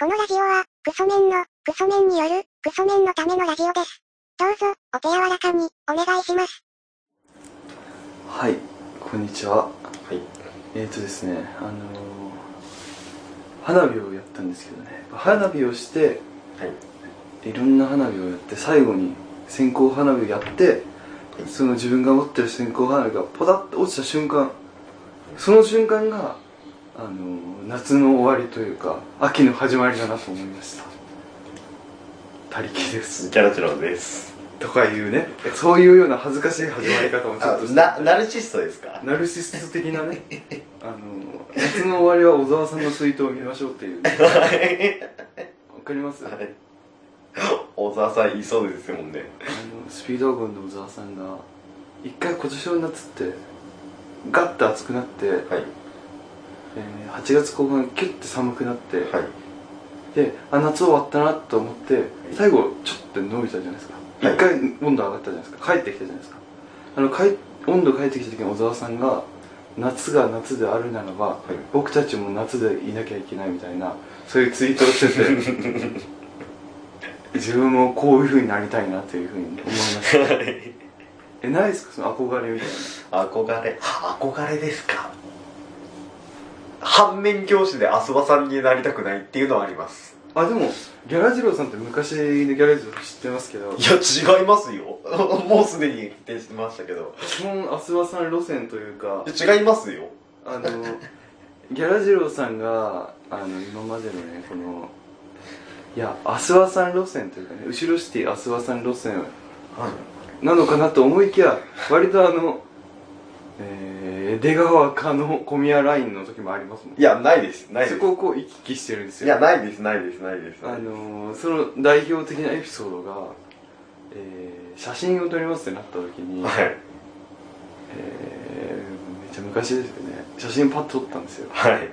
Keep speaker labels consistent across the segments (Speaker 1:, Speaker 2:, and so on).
Speaker 1: このラジオは、クソメンの、クソメンによる、クソメンのためのラジオです。どうぞ、お手柔らかに、お願いします。
Speaker 2: はい、こんにちは。はい。えっ、とですね、あのー花火をやったんですけどね、花火をして、
Speaker 3: はい。
Speaker 2: いろんな花火をやって、最後に線香花火をやって、その自分が持ってる線香花火がポタッと落ちた瞬間、その瞬間が、あのー夏の終わりというか、秋の始まりだなと思いました。他力です。
Speaker 3: キャラチロです。
Speaker 2: とかいうね、そういうような恥ずかしい始まり方もちょっとして
Speaker 3: な、ナルシストですか
Speaker 2: ナルシスト的なねあの夏の終わりは小沢さんの水筒を見ましょうっていうわかりますあの
Speaker 3: 小沢さんいそうですもんね。
Speaker 2: スピードワゴンの小沢さんが一回今年の夏ってガッて暑くなって、
Speaker 3: はい。
Speaker 2: えー8月後半キュッて寒くなって、
Speaker 3: はい。
Speaker 2: であ夏終わったなと思って最後ちょっと伸びたじゃないですか一、
Speaker 3: はい
Speaker 2: 回温度上がったじゃないですか帰ってきたじゃないですかあの帰温度帰ってきた時に小沢さんが夏が夏であるならば、
Speaker 3: い
Speaker 2: 僕たちも夏でいなきゃいけないみたいなそういうツイートをして て自分もこういうふうになりたいなというふうに思いましたえないですかその憧れみたいな
Speaker 3: 憧れ。憧れですか反面教師で阿蘇場さんになりたくないっていうのはあります。
Speaker 2: あでもギャラジローさんって昔のギャラジロー知ってますけど
Speaker 3: いや、違いますよ。 もうすでに決定してましたけど。
Speaker 2: 基本アスワさん路線というか
Speaker 3: いや違いますよ。
Speaker 2: あのギャラジローさんがあの今までのねこのいやアスワさん路線というかね後ろシティアスワさん路線なのかなと思いきや割とあの、えー、出川かの小宮ラインの時もありますもん
Speaker 3: いや、ないです。ないで
Speaker 2: そ
Speaker 3: す。
Speaker 2: こをこう行き来してるんです
Speaker 3: い
Speaker 2: よ
Speaker 3: や、ないです、ないです、ないです。
Speaker 2: あのーその代表的なエピソードが、えー写真を撮りますってなった時に、
Speaker 3: はい。
Speaker 2: えーめっちゃ昔ですよね写真パッと撮ったんですよ
Speaker 3: はい。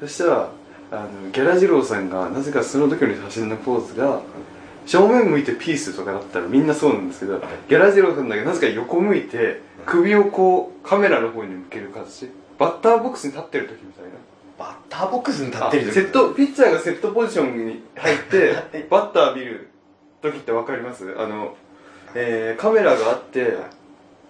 Speaker 2: そしたらあのギャラジローさんがなぜかその時の写真のポーズが正面向いてピースとかだったらみんなそうなんですけどギャラジローさんだけなぜか横向いて首をこうカメラの方に向ける形バッターボックスに立ってる時みたいな
Speaker 3: バッターボックスに立ってる
Speaker 2: あ
Speaker 3: 時
Speaker 2: セットピッチャーがセットポジションに入って
Speaker 3: い
Speaker 2: バッター見る時ってわかりますあの、えーカメラがあって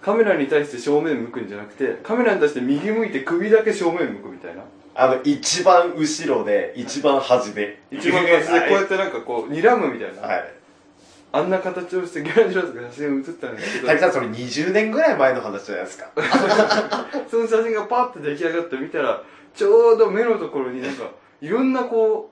Speaker 2: カメラに対して正面向くんじゃなくてカメラに対して右向いて首だけ正面向くみたいな
Speaker 3: あの、一番後ろで、一番端で。
Speaker 2: 一番端でこうやってなんかこう睨むみたいな、
Speaker 3: はい。あ
Speaker 2: あんな形をしてギャラジローとか写真写ったんですけど
Speaker 3: 滝さん、それ20年ぐらい前の話じゃないですか。
Speaker 2: その写真がパッて出来上がって見たらちょうど目のところになんかいろんなこ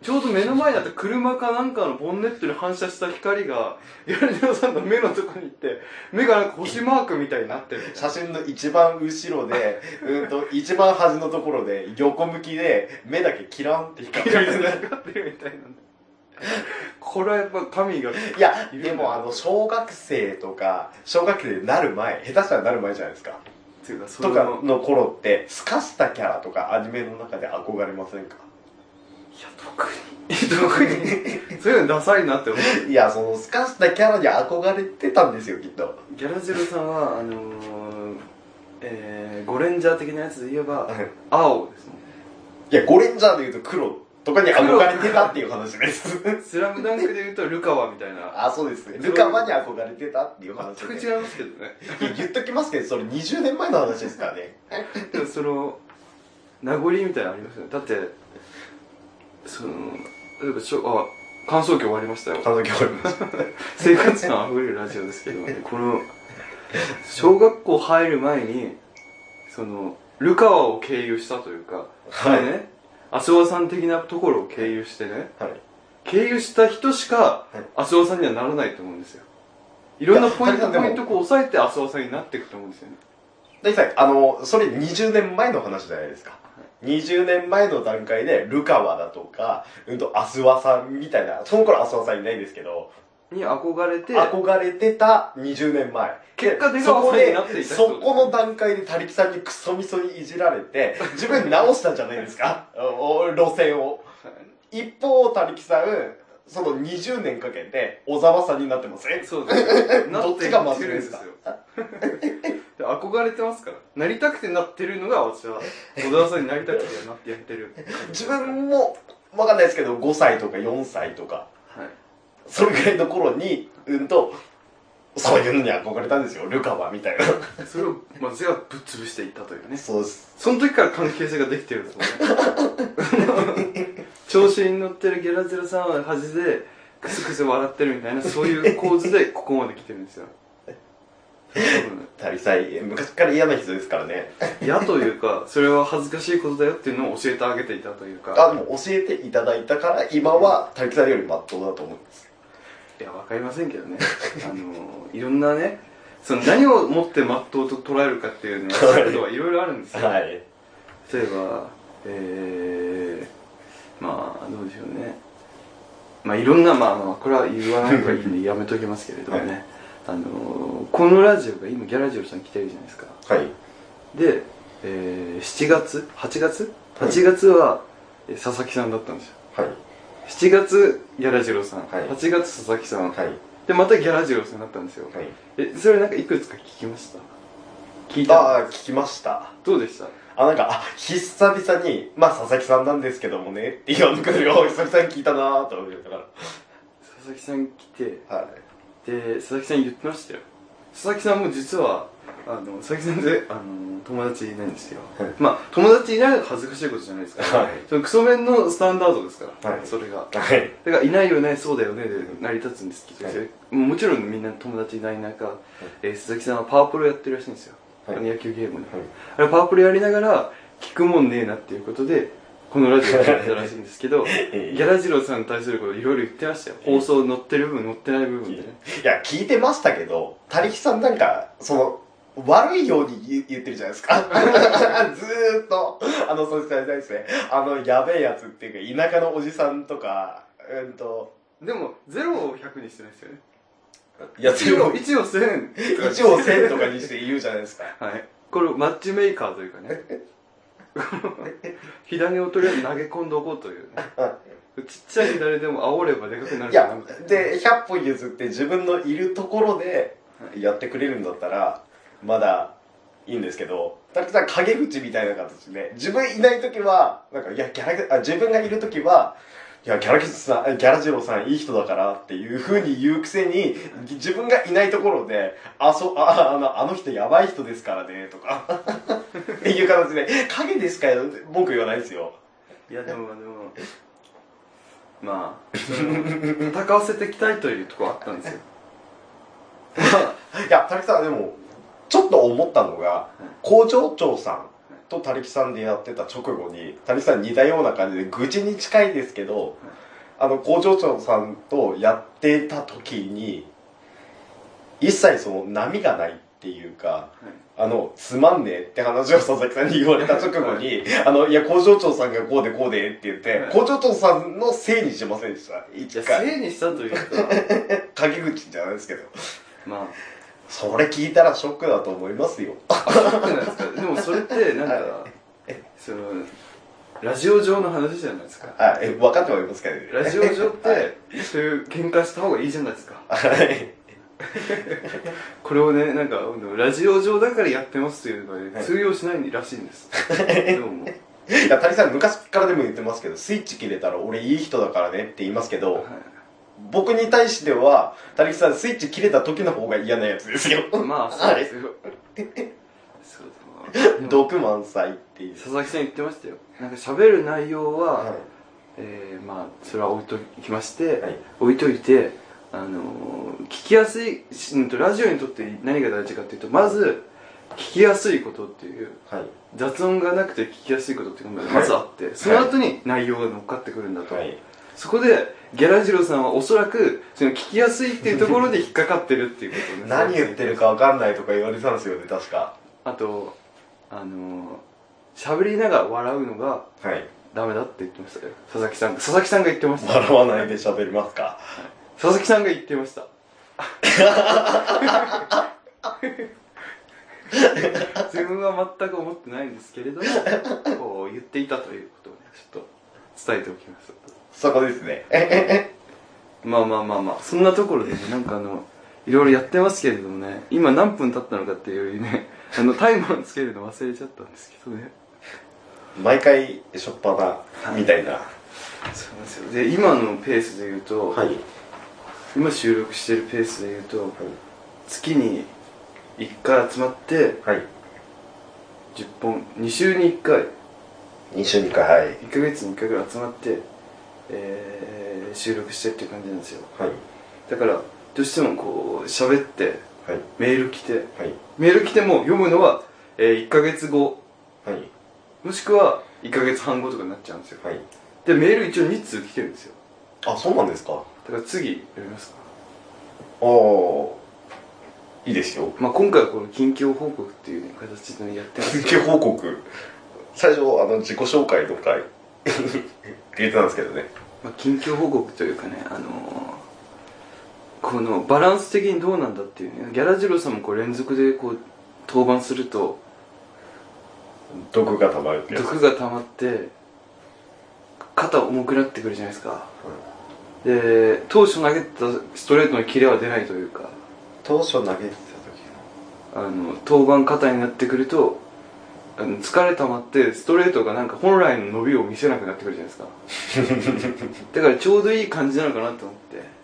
Speaker 2: うちょうど目の前だった車かなんかのボンネットに反射した光が ギャラジローさんの目のところに行って目がなんか星マークみたいになってるみたい
Speaker 3: 写真の一番後ろ で、うんと、一番端のところで、横向きで、目だけキランって光って
Speaker 2: な
Speaker 3: る。
Speaker 2: 光ってるみたいなんでこれはやっぱ神が
Speaker 3: いや、でもあの、小学生とか、小学生になる前、下手したらなる前じゃないですか。
Speaker 2: っていうかそ
Speaker 3: と
Speaker 2: の
Speaker 3: かの頃って、透かしたキャラとかアニメの中で憧れませんか
Speaker 2: いや特に 特にそういうのダサいなって思う
Speaker 3: いや、その透かしたキャラに憧れてたんですよ、きっと。
Speaker 2: ギャラジロさんはあのーえー、ゴレンジャー的なやつで言えば青ですね
Speaker 3: いや、ゴレンジャーで言うと黒とかに憧れてたっていう話です。
Speaker 2: スラムダンクで言うとルカワみたいな
Speaker 3: あ、そうですね。ルカマに憧れてたっていう話
Speaker 2: 全く
Speaker 3: で。
Speaker 2: 違いますけどね
Speaker 3: いや言っときますけど、それ20年前の話ですからね。
Speaker 2: でもその名残みたいなのありますよねだってその例えばしょあ感想記終わりましたよ
Speaker 3: あの曲。
Speaker 2: 生活感あふれるラジオですけど、 ね、この小学校入る前にそのルカワを経由したというか、
Speaker 3: はい
Speaker 2: でね阿蘇さん的なところを経由してね
Speaker 3: はい。
Speaker 2: 経由した人しか
Speaker 3: はい
Speaker 2: 阿蘇さんにはならないと思うんですよいろんなポイン
Speaker 3: いや
Speaker 2: ト
Speaker 3: で
Speaker 2: ポ
Speaker 3: も
Speaker 2: イントこう抑えて阿蘇さんになっていくと思うんですよね
Speaker 3: 大体あの、それ20年前の話じゃないですか。20年前の段階で、ルカワだとか、うんと、アスワさんみたいな、その頃アスワさんいないですけど、
Speaker 2: に憧れて
Speaker 3: 憧れてた20年前。
Speaker 2: 結果
Speaker 3: で
Speaker 2: 出川さんになっていた人
Speaker 3: そこでそこの段階で他力さんにクソみそにいじられ て、自分直したじゃないですか。お路線を。一方、他力さん、その20年かけて、小沢さんになってません
Speaker 2: そうです
Speaker 3: どっちが真面目ですか
Speaker 2: なってるんですよで憧れてますからなりたくてなってるのが私は小沢さんになりたくてなってやってる
Speaker 3: 自分もわかんないですけど、5歳とか4歳とか、
Speaker 2: はい
Speaker 3: それぐらいの頃に、うんと、そういうのに憧れたんですよ、ルカバみたいな。
Speaker 2: それを、まあ、ゼがぶっ潰していったというね
Speaker 3: そうです。
Speaker 2: その時から関係性ができてるんですもん ね調子に乗ってるゲラゼロさんは端でクスクス笑ってるみたいなそういう構図でここまで来てるんですよ
Speaker 3: タリサイ、昔から嫌な人ですからね。
Speaker 2: 嫌というかそれは恥ずかしいことだよっていうのを教えてあげていたという
Speaker 3: あ、
Speaker 2: か
Speaker 3: でも教えていただいたから、今はタリサイよりまっとうだと思うんです。
Speaker 2: いやわかりませんけどねあのいろんなねその何をもってまっとうと捉えるかっていうね
Speaker 3: はい
Speaker 2: 角度はいろいろあるんですよ、
Speaker 3: はい。
Speaker 2: 例えばえー、まあどうでしょうねまあいろんなまあまあこれは言わない方がいいんでやめときますけれどもね、
Speaker 3: はい
Speaker 2: あのーこのラジオが今ギャラジオさん来てるじゃないですか
Speaker 3: はい。
Speaker 2: で、えー、7月8月
Speaker 3: はい
Speaker 2: 8月は、えー佐々木さんだったんですよ
Speaker 3: はい。
Speaker 2: 7月ギャラジロさん、
Speaker 3: はい
Speaker 2: 8月佐々木さん、
Speaker 3: はい。
Speaker 2: でまたギャラジロさんになったんですよ、
Speaker 3: はい。
Speaker 2: えそれなんかいくつか聞きました聞い
Speaker 3: あ
Speaker 2: た
Speaker 3: あ、聞きました。
Speaker 2: どうでした
Speaker 3: あ、なんか、あ、久々に、まあ、佐々木さんなんですけどもね、って言わんくなるよ。久々に聞いたなぁと思いなが
Speaker 2: 佐々木さん来て
Speaker 3: ら。はい。
Speaker 2: で佐々木さん言ってましたよ佐々木さんも実はあの佐々木さんであの友達いないんですよ
Speaker 3: はい
Speaker 2: まあ友達いないのが恥ずかしいことじゃないですか、
Speaker 3: はい
Speaker 2: そのクソメンのスタンダードですから、
Speaker 3: はい
Speaker 2: それが
Speaker 3: はい。
Speaker 2: だからいないよねそうだよねで成り立つんですけど、
Speaker 3: はい
Speaker 2: もちろんみんな友達いない中、えー佐々木さんはパワープロやってるらしいんですよ、
Speaker 3: はい
Speaker 2: あの野球ゲームの、あれパワープロやりながら聞くもんねえなっていうことでこのラジオやってたらしいんです けど
Speaker 3: ええ
Speaker 2: ギャラジローさんに対することいろいろ言ってましたよ放送載ってる部分載ってない部分でね
Speaker 3: いや、聞いてましたけど、たりきさんなんか、その、悪いように言言ってるじゃないですか。 ずーっと、あの、そうしたですね。あの、やべえやつっていうか、田舎のおじさんとか、うんと、
Speaker 2: でも、ゼロを100にしてないですよね。
Speaker 3: いや、
Speaker 2: 1を
Speaker 3: 0
Speaker 2: 1を1000とか。
Speaker 3: 一応1000とかにして言うじゃないですか。
Speaker 2: はい。これ、マッチメーカーというかね。火種をとりあえず投げ込んでおこうというね。ちっちゃい火種でも煽ればでかくなる
Speaker 3: い
Speaker 2: かな
Speaker 3: や
Speaker 2: みたいな。、
Speaker 3: で、100歩譲って自分のいるところでやってくれるんだったら、まだいいんですけど、たくさん陰口みたいな形で、自分いないときは、なんか、いや、ギャラ、あ自分がいるときは、いや、ギャラキスさん、ギャラジローさんいい人だからっていう風に言うくせに、自分がいないところで、あ、そ、あ、あの、あの人やばい人ですからね、とか、っていう形で、影ですから文句言わないですよ。
Speaker 2: いや、でも、でも、まあ、その戦わせていきたいというところあったんですよ。
Speaker 3: いや、たりきさん、でも、ちょっと思ったのが、工場長さんとたりきさんでやってた直後に、たりきさん似たような感じで、愚痴に近いですけど、あの、工場長さんとやってた時に、一切その波がないっていうか、あの、つまんねえって話を佐々木さんに言われた直後に、あの、いや、工場長さんがこうでこうでって言って
Speaker 2: は、い
Speaker 3: 工場長さんのせいにしませんでした。
Speaker 2: いや、
Speaker 3: 一回。
Speaker 2: せいにしたというか、
Speaker 3: 陰口じゃないですけど。
Speaker 2: まあ、
Speaker 3: それ聞いたらショックだと思いますよ。
Speaker 2: そうなんですかでもそれってなんかそのラジオ上の話じゃないですか
Speaker 3: はい、え分かってはいますけどね。
Speaker 2: ラジオ上っ
Speaker 3: は
Speaker 2: てそういう喧嘩した方がいいじゃないですか
Speaker 3: はい。
Speaker 2: これをねなんかラジオ上だからやってますというのはね、
Speaker 3: はい
Speaker 2: 通用しないらしいん ですどうも
Speaker 3: いや、谷さん、昔からでも言ってますけど、スイッチ切れたら俺いい人だからねって言いますけど、僕に対しては、谷さん、スイッチ切れた時の方が嫌なやつですよ。
Speaker 2: はいまあそうですよそうでもでも
Speaker 3: 毒満載っていう。
Speaker 2: 佐々木さん言ってましたよなんか喋る内容は、
Speaker 3: は
Speaker 2: えーまあそれは置いときまして、
Speaker 3: はい
Speaker 2: 置いといてあのー聞きやすいしうんとラジオにとって何が大事かっていうとまず聞きやすいことっていう
Speaker 3: い。はい。
Speaker 2: 雑音がなくて聞きやすいことっていうのが
Speaker 3: はい
Speaker 2: まずあって、その後に内容が乗っかってくるんだと、
Speaker 3: はい。
Speaker 2: そこでギャラジロさんはおそらくその聞きやすいっていうところで引っかかってるっていうことをね
Speaker 3: 何言ってるか分かんないとか言われてたんですよね、確か。
Speaker 2: あとあのー喋りながら笑うのが
Speaker 3: はい。
Speaker 2: ダメだって言ってましたよ佐々木さん佐々木さんが言ってました
Speaker 3: 笑わないで喋りますか。
Speaker 2: 佐々木さんが言ってました自分は全く思ってないんですけれどもこう言っていたということをねちょっと伝えておきます
Speaker 3: そこですね。え
Speaker 2: まあまあまあまあそんなところでねなんかあのいろいろやってますけれどもね今何分経ったのかっていうよりねあのタイマーつけるの忘れちゃったんですけどね
Speaker 3: 毎回、しょっぱな、みたいな。
Speaker 2: そうなんですよで今のペースで言うと、
Speaker 3: はい。
Speaker 2: 今収録してるペースで言うと、
Speaker 3: い
Speaker 2: 月に1回集まって
Speaker 3: はい。
Speaker 2: 10本2週に1回
Speaker 3: 2週に1回、はい。
Speaker 2: 1ヶ月に1回ぐらい集まって、えー収録してっていう感じなんですよ
Speaker 3: はい。
Speaker 2: だからどうしてもこう喋って
Speaker 3: はい。
Speaker 2: メール来て
Speaker 3: はい。
Speaker 2: メール来ても読むのは、え1ヶ月後
Speaker 3: はい。
Speaker 2: もしくは1ヶ月半後とかになっちゃうんですよ
Speaker 3: はい。
Speaker 2: でメール一応2通来てるんですよ
Speaker 3: あ、そうなんですか
Speaker 2: だから次やりますか、
Speaker 3: おー。いいですよ。
Speaker 2: まあ、今回はこの近況報告っていう、ね、形でやってます
Speaker 3: 緊急報告。最初、あの、自己紹介の 回、入れてたんですけどね。
Speaker 2: まあ、近況報告というかね、あのーこのバランス的にどうなんだっていうねギャラジローさんもこう連続でこう登板すると
Speaker 3: 毒が溜まるってやつ。
Speaker 2: 毒が溜まって肩重くなってくるじゃないですか、で当初投げてたストレートのキレは出ないというか
Speaker 3: 当初投げてた時
Speaker 2: あの登板肩になってくるとあの疲れ溜まってストレートがなんか本来の伸びを見せなくなってくるじゃないで すかだからちょうどいい感じなのかなと思って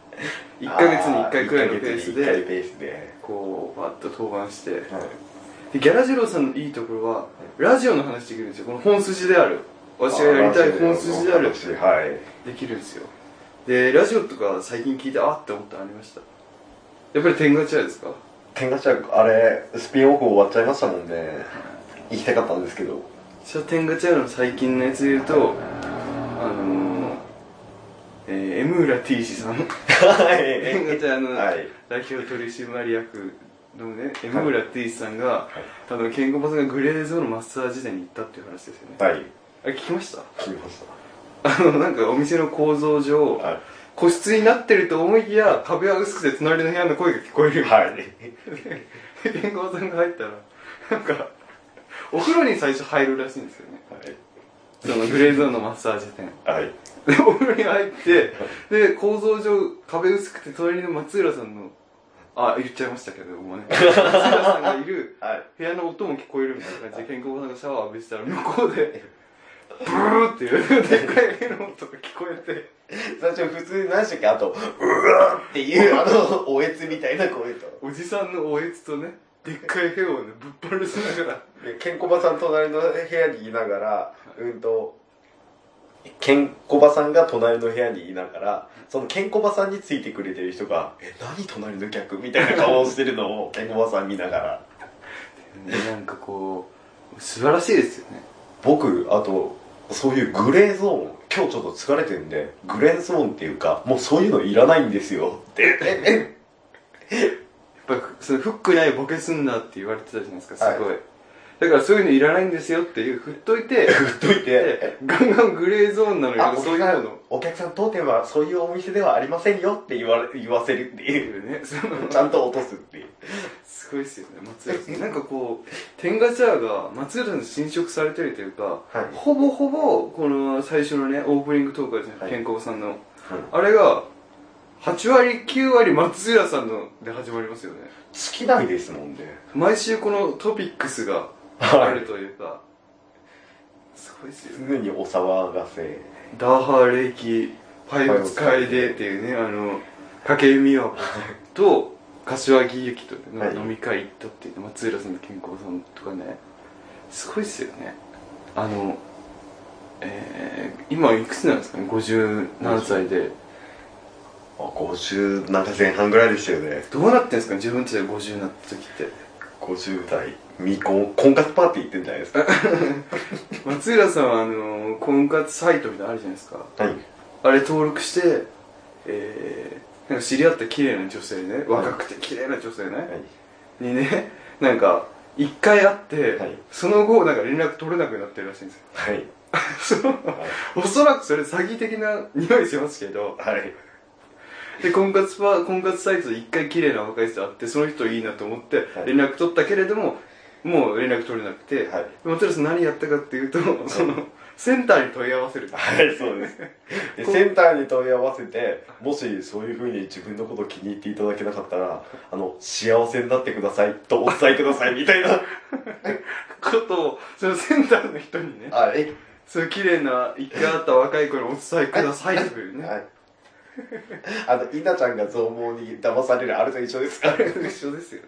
Speaker 2: 1ヶ月に1回くらいのペース
Speaker 3: 1ヶ月
Speaker 2: で
Speaker 3: に1回ペースで。
Speaker 2: こうバッと登板して
Speaker 3: はい。
Speaker 2: でギャラジローさんのいいところはラジオの話できるんですよこの本筋である私がやりたい本筋である
Speaker 3: はい。
Speaker 2: できるんですよでラジオとか最近聞いてあっって思ったのありましたやっぱり天狗チャですか
Speaker 3: 天下ちゃん、あれ、スピンオフ終わっちゃいましたもんね。行きたかったんですけど。
Speaker 2: シャテンガチャーの最近のやつで言うとあのーえー、江村 T 氏 さん
Speaker 3: はい。
Speaker 2: テンガチャーの
Speaker 3: はい。
Speaker 2: 代表取締役のね江村 T 氏さんが、あのケンコバさんがグレーゾーンのマッサージ店に行ったっていう話ですよね、
Speaker 3: はい。
Speaker 2: あれ聞きました
Speaker 3: 聞きまし
Speaker 2: あのなんかお店の構造上
Speaker 3: た。はい。
Speaker 2: 個室になってると思いきや壁は薄くて隣の部屋の声が聞こえるみたいな
Speaker 3: はい。
Speaker 2: でケンコバさんが入ったらなんかお風呂に最初入るらしいんですよねそのグレーゾーンのマッサージ店
Speaker 3: はい。
Speaker 2: でお風呂に入ってで構造上壁薄くて隣の松浦さんのあ言っちゃいましたけどもうね松浦さんがいる
Speaker 3: はい。
Speaker 2: 部屋の音も聞こえるみたいな感じで健康さんがシャワー浴びてたら向こうでブーっていうでっかい部屋の音が聞こえて
Speaker 3: 最初普通に何でしたっけあと、うわーっていう、あの、 おえつみたいな声と。
Speaker 2: おじさんのおえつとねでっかい部屋をねぶっ放しながら
Speaker 3: で、ケンコバさん隣の部屋にいながら、うんと、ケンコバさんが隣の部屋にいながら、そのケンコバさんについてくれてる人が、え、何隣の客みたいな顔をしてるのを、 ケンコバさん見ながら。
Speaker 2: ねなんかこう素晴らしいですよね
Speaker 3: 僕、あと、そういうグレーゾーン、今日ちょっと疲れてるんで、グレーゾーンっていうか、もうそういうのいらないんですよって。え、
Speaker 2: やっぱそのフックないボケすんなって言われてたじゃないですかす
Speaker 3: はい
Speaker 2: ごい、だからそういうのいらないんですよっていう振っといて
Speaker 3: え、振っといて、
Speaker 2: でガンガングレーゾーンなの
Speaker 3: あ
Speaker 2: よ、そういうの。
Speaker 3: お客さん当店はそういうお店ではありませんよって言われ言わせるっていう。
Speaker 2: ね、その
Speaker 3: ちゃんと落とすっていう。
Speaker 2: すごいですよね、松浦さん。なんかこう、天ガチャーが松浦さんに侵食されてるというか、
Speaker 3: はい
Speaker 2: ほぼほぼ、この最初のね、オープニングトークあるじゃないですか、
Speaker 3: はい
Speaker 2: 健康さんの。あれが、8割、9割松浦さんので始まりますよね。
Speaker 3: 尽きないですもんね。
Speaker 2: 毎週このトピックスがあると いうか、すごいですよね
Speaker 3: 常にお騒がせ。
Speaker 2: ダーハーレイキパイオ使いでっていうねあの筧美和子と柏木由紀とね
Speaker 3: はい
Speaker 2: 飲み会行ったっていうね松浦さんと健康さんとかねすごいっすよねあのえー、今いくつなんですかね50何歳で
Speaker 3: あ50なんか前半ぐらいでしたよね。
Speaker 2: どうなってんすか自分たちで50になった時って
Speaker 3: 50代。未婚、婚活パーティー行ってんじゃない ですか。は
Speaker 2: 松浦さんはあの婚活サイトみたいなのあるじゃないですか
Speaker 3: い。
Speaker 2: あれ登録してえー、なんか知り合った綺麗な女性ね若くて綺麗な女性ね、にねなんか一回会って、
Speaker 3: はい
Speaker 2: その後なんか連絡取れなくなってるらしいんですよ
Speaker 3: はい。
Speaker 2: その おそらくそれ詐欺的な匂いしますけど
Speaker 3: はい。
Speaker 2: で婚活パ婚活サイトで一回綺麗な若い人会ってその人いいなと思って
Speaker 3: はい
Speaker 2: 連絡取ったけれども、もう連絡取れなくて、
Speaker 3: はい
Speaker 2: 松浦さん何やったかっていうと、そのセンターに問い合わせる
Speaker 3: はい、そう です。でセンターに問い合わせて、もしそういうふうに自分のことを気に入っていただけなかったら、あの、幸せになってくださいとお 伝えくださいみたいな。
Speaker 2: ことをそのセンターの人にね
Speaker 3: はい。
Speaker 2: そういう綺麗な一回会った若い子にお伝えくださいというね
Speaker 3: はい。 あの、稲ちゃんが増毛に騙されるあれと一緒 ですか
Speaker 2: 一緒ですよ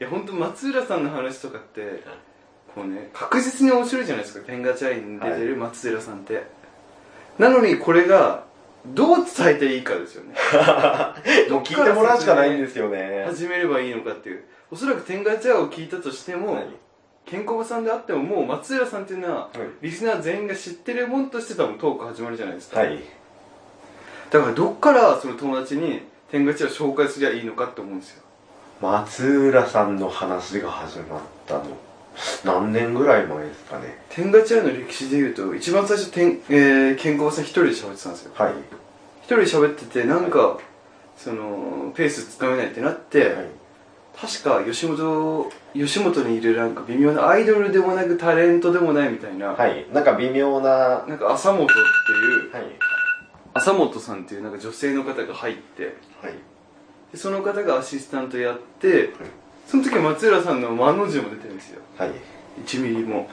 Speaker 2: いや本当松浦さんの話とかってこうね確実に面白いじゃないですか天ガチャインに出てる松浦さんって、なのにこれがどう伝えていいかですよね
Speaker 3: もう聞いてもらうしかないんですよね。
Speaker 2: 始めればいいのかっていうおそらく天ガチャを聞いたとしても、
Speaker 3: はい
Speaker 2: ケンコバさんであってももう松浦さんっていうのは、リスナー全員が知ってるもんとして多分トーク始まるじゃないですか、
Speaker 3: はい。
Speaker 2: だからどっからその友達に天ガチャを紹介すりゃいいのかって思うんですよ
Speaker 3: 松浦さんの話が始まったの。何年ぐらい前ですかね。
Speaker 2: 天ガチャの歴史でいうと一番最初天、えー、ケンコバさん一人で喋ってたんですよ
Speaker 3: はい。
Speaker 2: 一人で喋っててなんか、そのペースつかめないってなって、
Speaker 3: はい
Speaker 2: 確か吉本吉本にいるなんか微妙なアイドルでもなくタレントでもないみたいな、
Speaker 3: はい。なんか微妙な、は
Speaker 2: なんか浅本っていう
Speaker 3: い。はい。
Speaker 2: 浅本さんっていうなんか女性の方が入ってでその方がアシスタントやってその時は松浦さんの間の字も出てるんですよ
Speaker 3: はい。
Speaker 2: 1ミリも
Speaker 3: はい。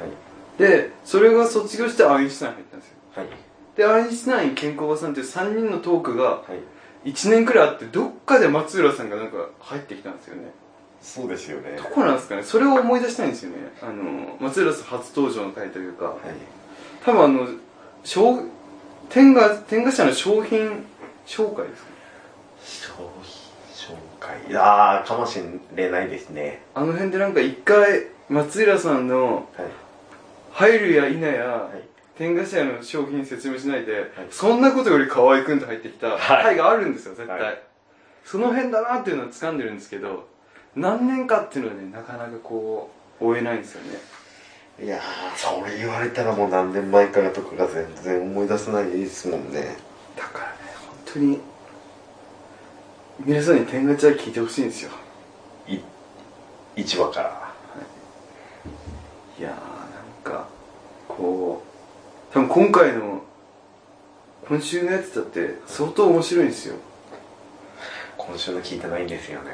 Speaker 2: でそれが卒業してアインシュタイン入ったんですよ
Speaker 3: はい。
Speaker 2: でアインシュタイン健康おばさんっていう3人のトークが
Speaker 3: はい。
Speaker 2: 1年くらいあってどっかで松浦さんがなんか入ってきたんですよね
Speaker 3: そうですよね。
Speaker 2: どこなんですかねそれを思い出したいんですよねあの松浦さん初登場の回というか
Speaker 3: はい。
Speaker 2: 多分あの商天下天下社の商品紹介ですかね
Speaker 3: 商品紹介。ああ、かもしれないですね。
Speaker 2: あの辺でなんか一回松浦さんの
Speaker 3: はい。
Speaker 2: 入るや否や、
Speaker 3: はい。
Speaker 2: 天下社の商品説明しないで、
Speaker 3: い
Speaker 2: そんなことより河合くんと入ってきた
Speaker 3: はい
Speaker 2: 回があるんですよ絶対、
Speaker 3: は
Speaker 2: その辺だなっていうのは掴んでるんですけど何年かっていうのはねなかなかこう追えないんですよね
Speaker 3: いやーそれ言われたらもう何年前からとかが全然思い出せないですもんね
Speaker 2: だからね本当に皆さんに天下茶聞いてほしいんですよ
Speaker 3: い一話から
Speaker 2: いやーなんかこう多分今回の今週のやつだって相当面白いんですよ、
Speaker 3: 今週の聞いてないんですよね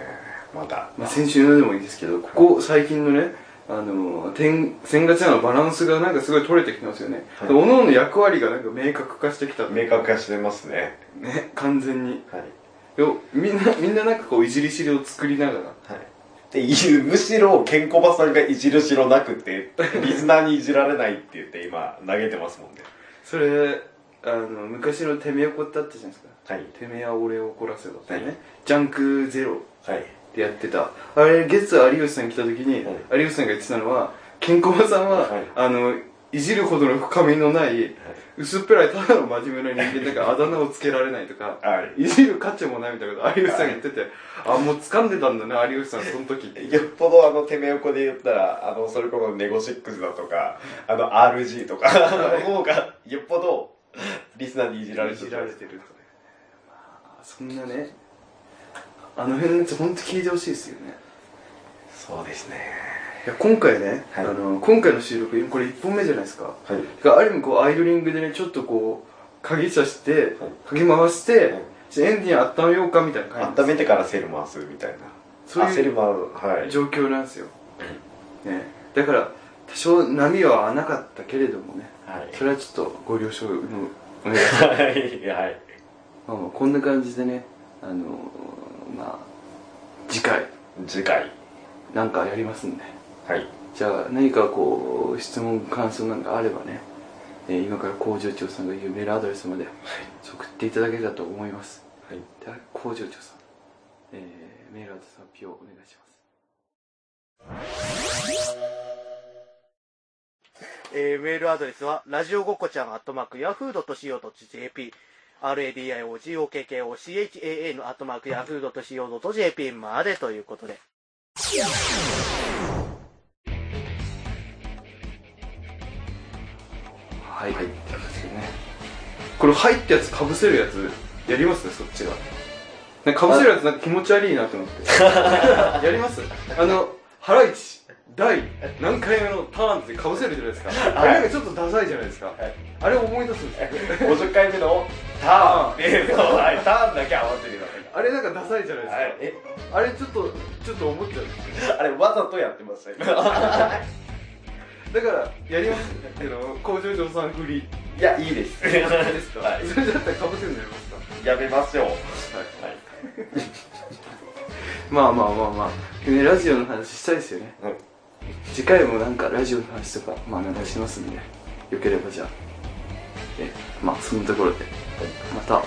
Speaker 3: また
Speaker 2: まあ、先週のでもいいですけどここ最近のねあの天千賀ちゃんのバランスがなんかすごい取れてきてますよね、
Speaker 3: はい
Speaker 2: で各々の役割がなんか明確化してきたってい
Speaker 3: 明
Speaker 2: う
Speaker 3: 確化してますね
Speaker 2: ね完全に
Speaker 3: はい
Speaker 2: よみんなみんななんかこういじりしりを作りながら
Speaker 3: はいでい むしろケンコバさんがいじるしろなく てリスナーにいじられないって言って今投げてますもんね
Speaker 2: それあの昔のてめえこってあったじゃないですか
Speaker 3: はい
Speaker 2: てめえは俺を怒らせろってね、
Speaker 3: はい
Speaker 2: ジャンクゼロ
Speaker 3: はい
Speaker 2: でやってたあれゲスト有吉さん来た時に、
Speaker 3: は
Speaker 2: 有吉さんが言ってたのはケンコバさんは、
Speaker 3: はい
Speaker 2: あのいじるほどの深みのない、薄っぺらいただの真面目な人間だからあだ名をつけられないとか
Speaker 3: はい
Speaker 2: いじる価値もないみたいなこと有吉さんが言ってて、あもう掴んでたんだな有吉さんその時って
Speaker 3: よっぽどあのてめ横で言ったらあのそれこそネゴシックスだとかあの RG とかの方がよっぽどリスナーにいじられて
Speaker 2: いじられてるまあそんなねあの辺のやつ本当聞いてほしいですよね
Speaker 3: そうですね
Speaker 2: いや今回ね、
Speaker 3: はい
Speaker 2: あの今回の収録これ1本目じゃないですか
Speaker 3: はい
Speaker 2: だからある意味こうアイドリングでねちょっとこう鍵さして鍵回して、
Speaker 3: はい
Speaker 2: ちょっとエンディング温めようかみたいな感じ
Speaker 3: 温めてからセル回すみたいな
Speaker 2: そういう
Speaker 3: あセル回はい
Speaker 2: 状況なんですよ、ね、だから多少波は合わなかったけれどもねそれはちょっとご了承のお願いします
Speaker 3: はい はいはい
Speaker 2: まあまあこんな感じでねあのーまあ次回
Speaker 3: 次回
Speaker 2: なんかやりますんで
Speaker 3: はい
Speaker 2: じゃあ何かこう質問感想なんかあればね、えー今から工場長さんが言うメールアドレスまで送っていただけたらと思います、
Speaker 3: はい
Speaker 2: では工場長さん、えーメールアドレス発表をお願いします
Speaker 4: えーメールアドレスは、ラジオごこちゃん、アットマーク、ヤフードと .co.jp、radiogokochan、アットマーク、ヤフードと .co.jp までということで。
Speaker 2: はい、はい、これ入ったやつかぶせるやつやりますねそっちがなんかかぶせるやつなんか気持ち悪いなと思って やりますあのハライチ第何回目のターンってかぶせるじゃないですか、あれなんかちょっとダサいじゃないですか、
Speaker 3: い
Speaker 2: あれを思い出すん ですよ
Speaker 3: 50回目のターンえーそうはいターンだけ合わせてください
Speaker 2: あれなんかダサいじゃないですか、
Speaker 3: はいえ
Speaker 2: あれちょっとちょっと思っちゃうんですよ
Speaker 3: あれわざとやってました今
Speaker 2: だからやりますあの工場長さんフリー
Speaker 5: いや、いいです。
Speaker 2: ですか、
Speaker 5: はい
Speaker 2: それだったらかぶせるのやりますか
Speaker 5: やめましょう。
Speaker 2: はい、まあまあまあまあ、ね、ラジオの話したいですよね、
Speaker 5: はい
Speaker 2: 次回もなんかラジオの話とかまあなんかしますんでよければじゃあえまあそのところでまた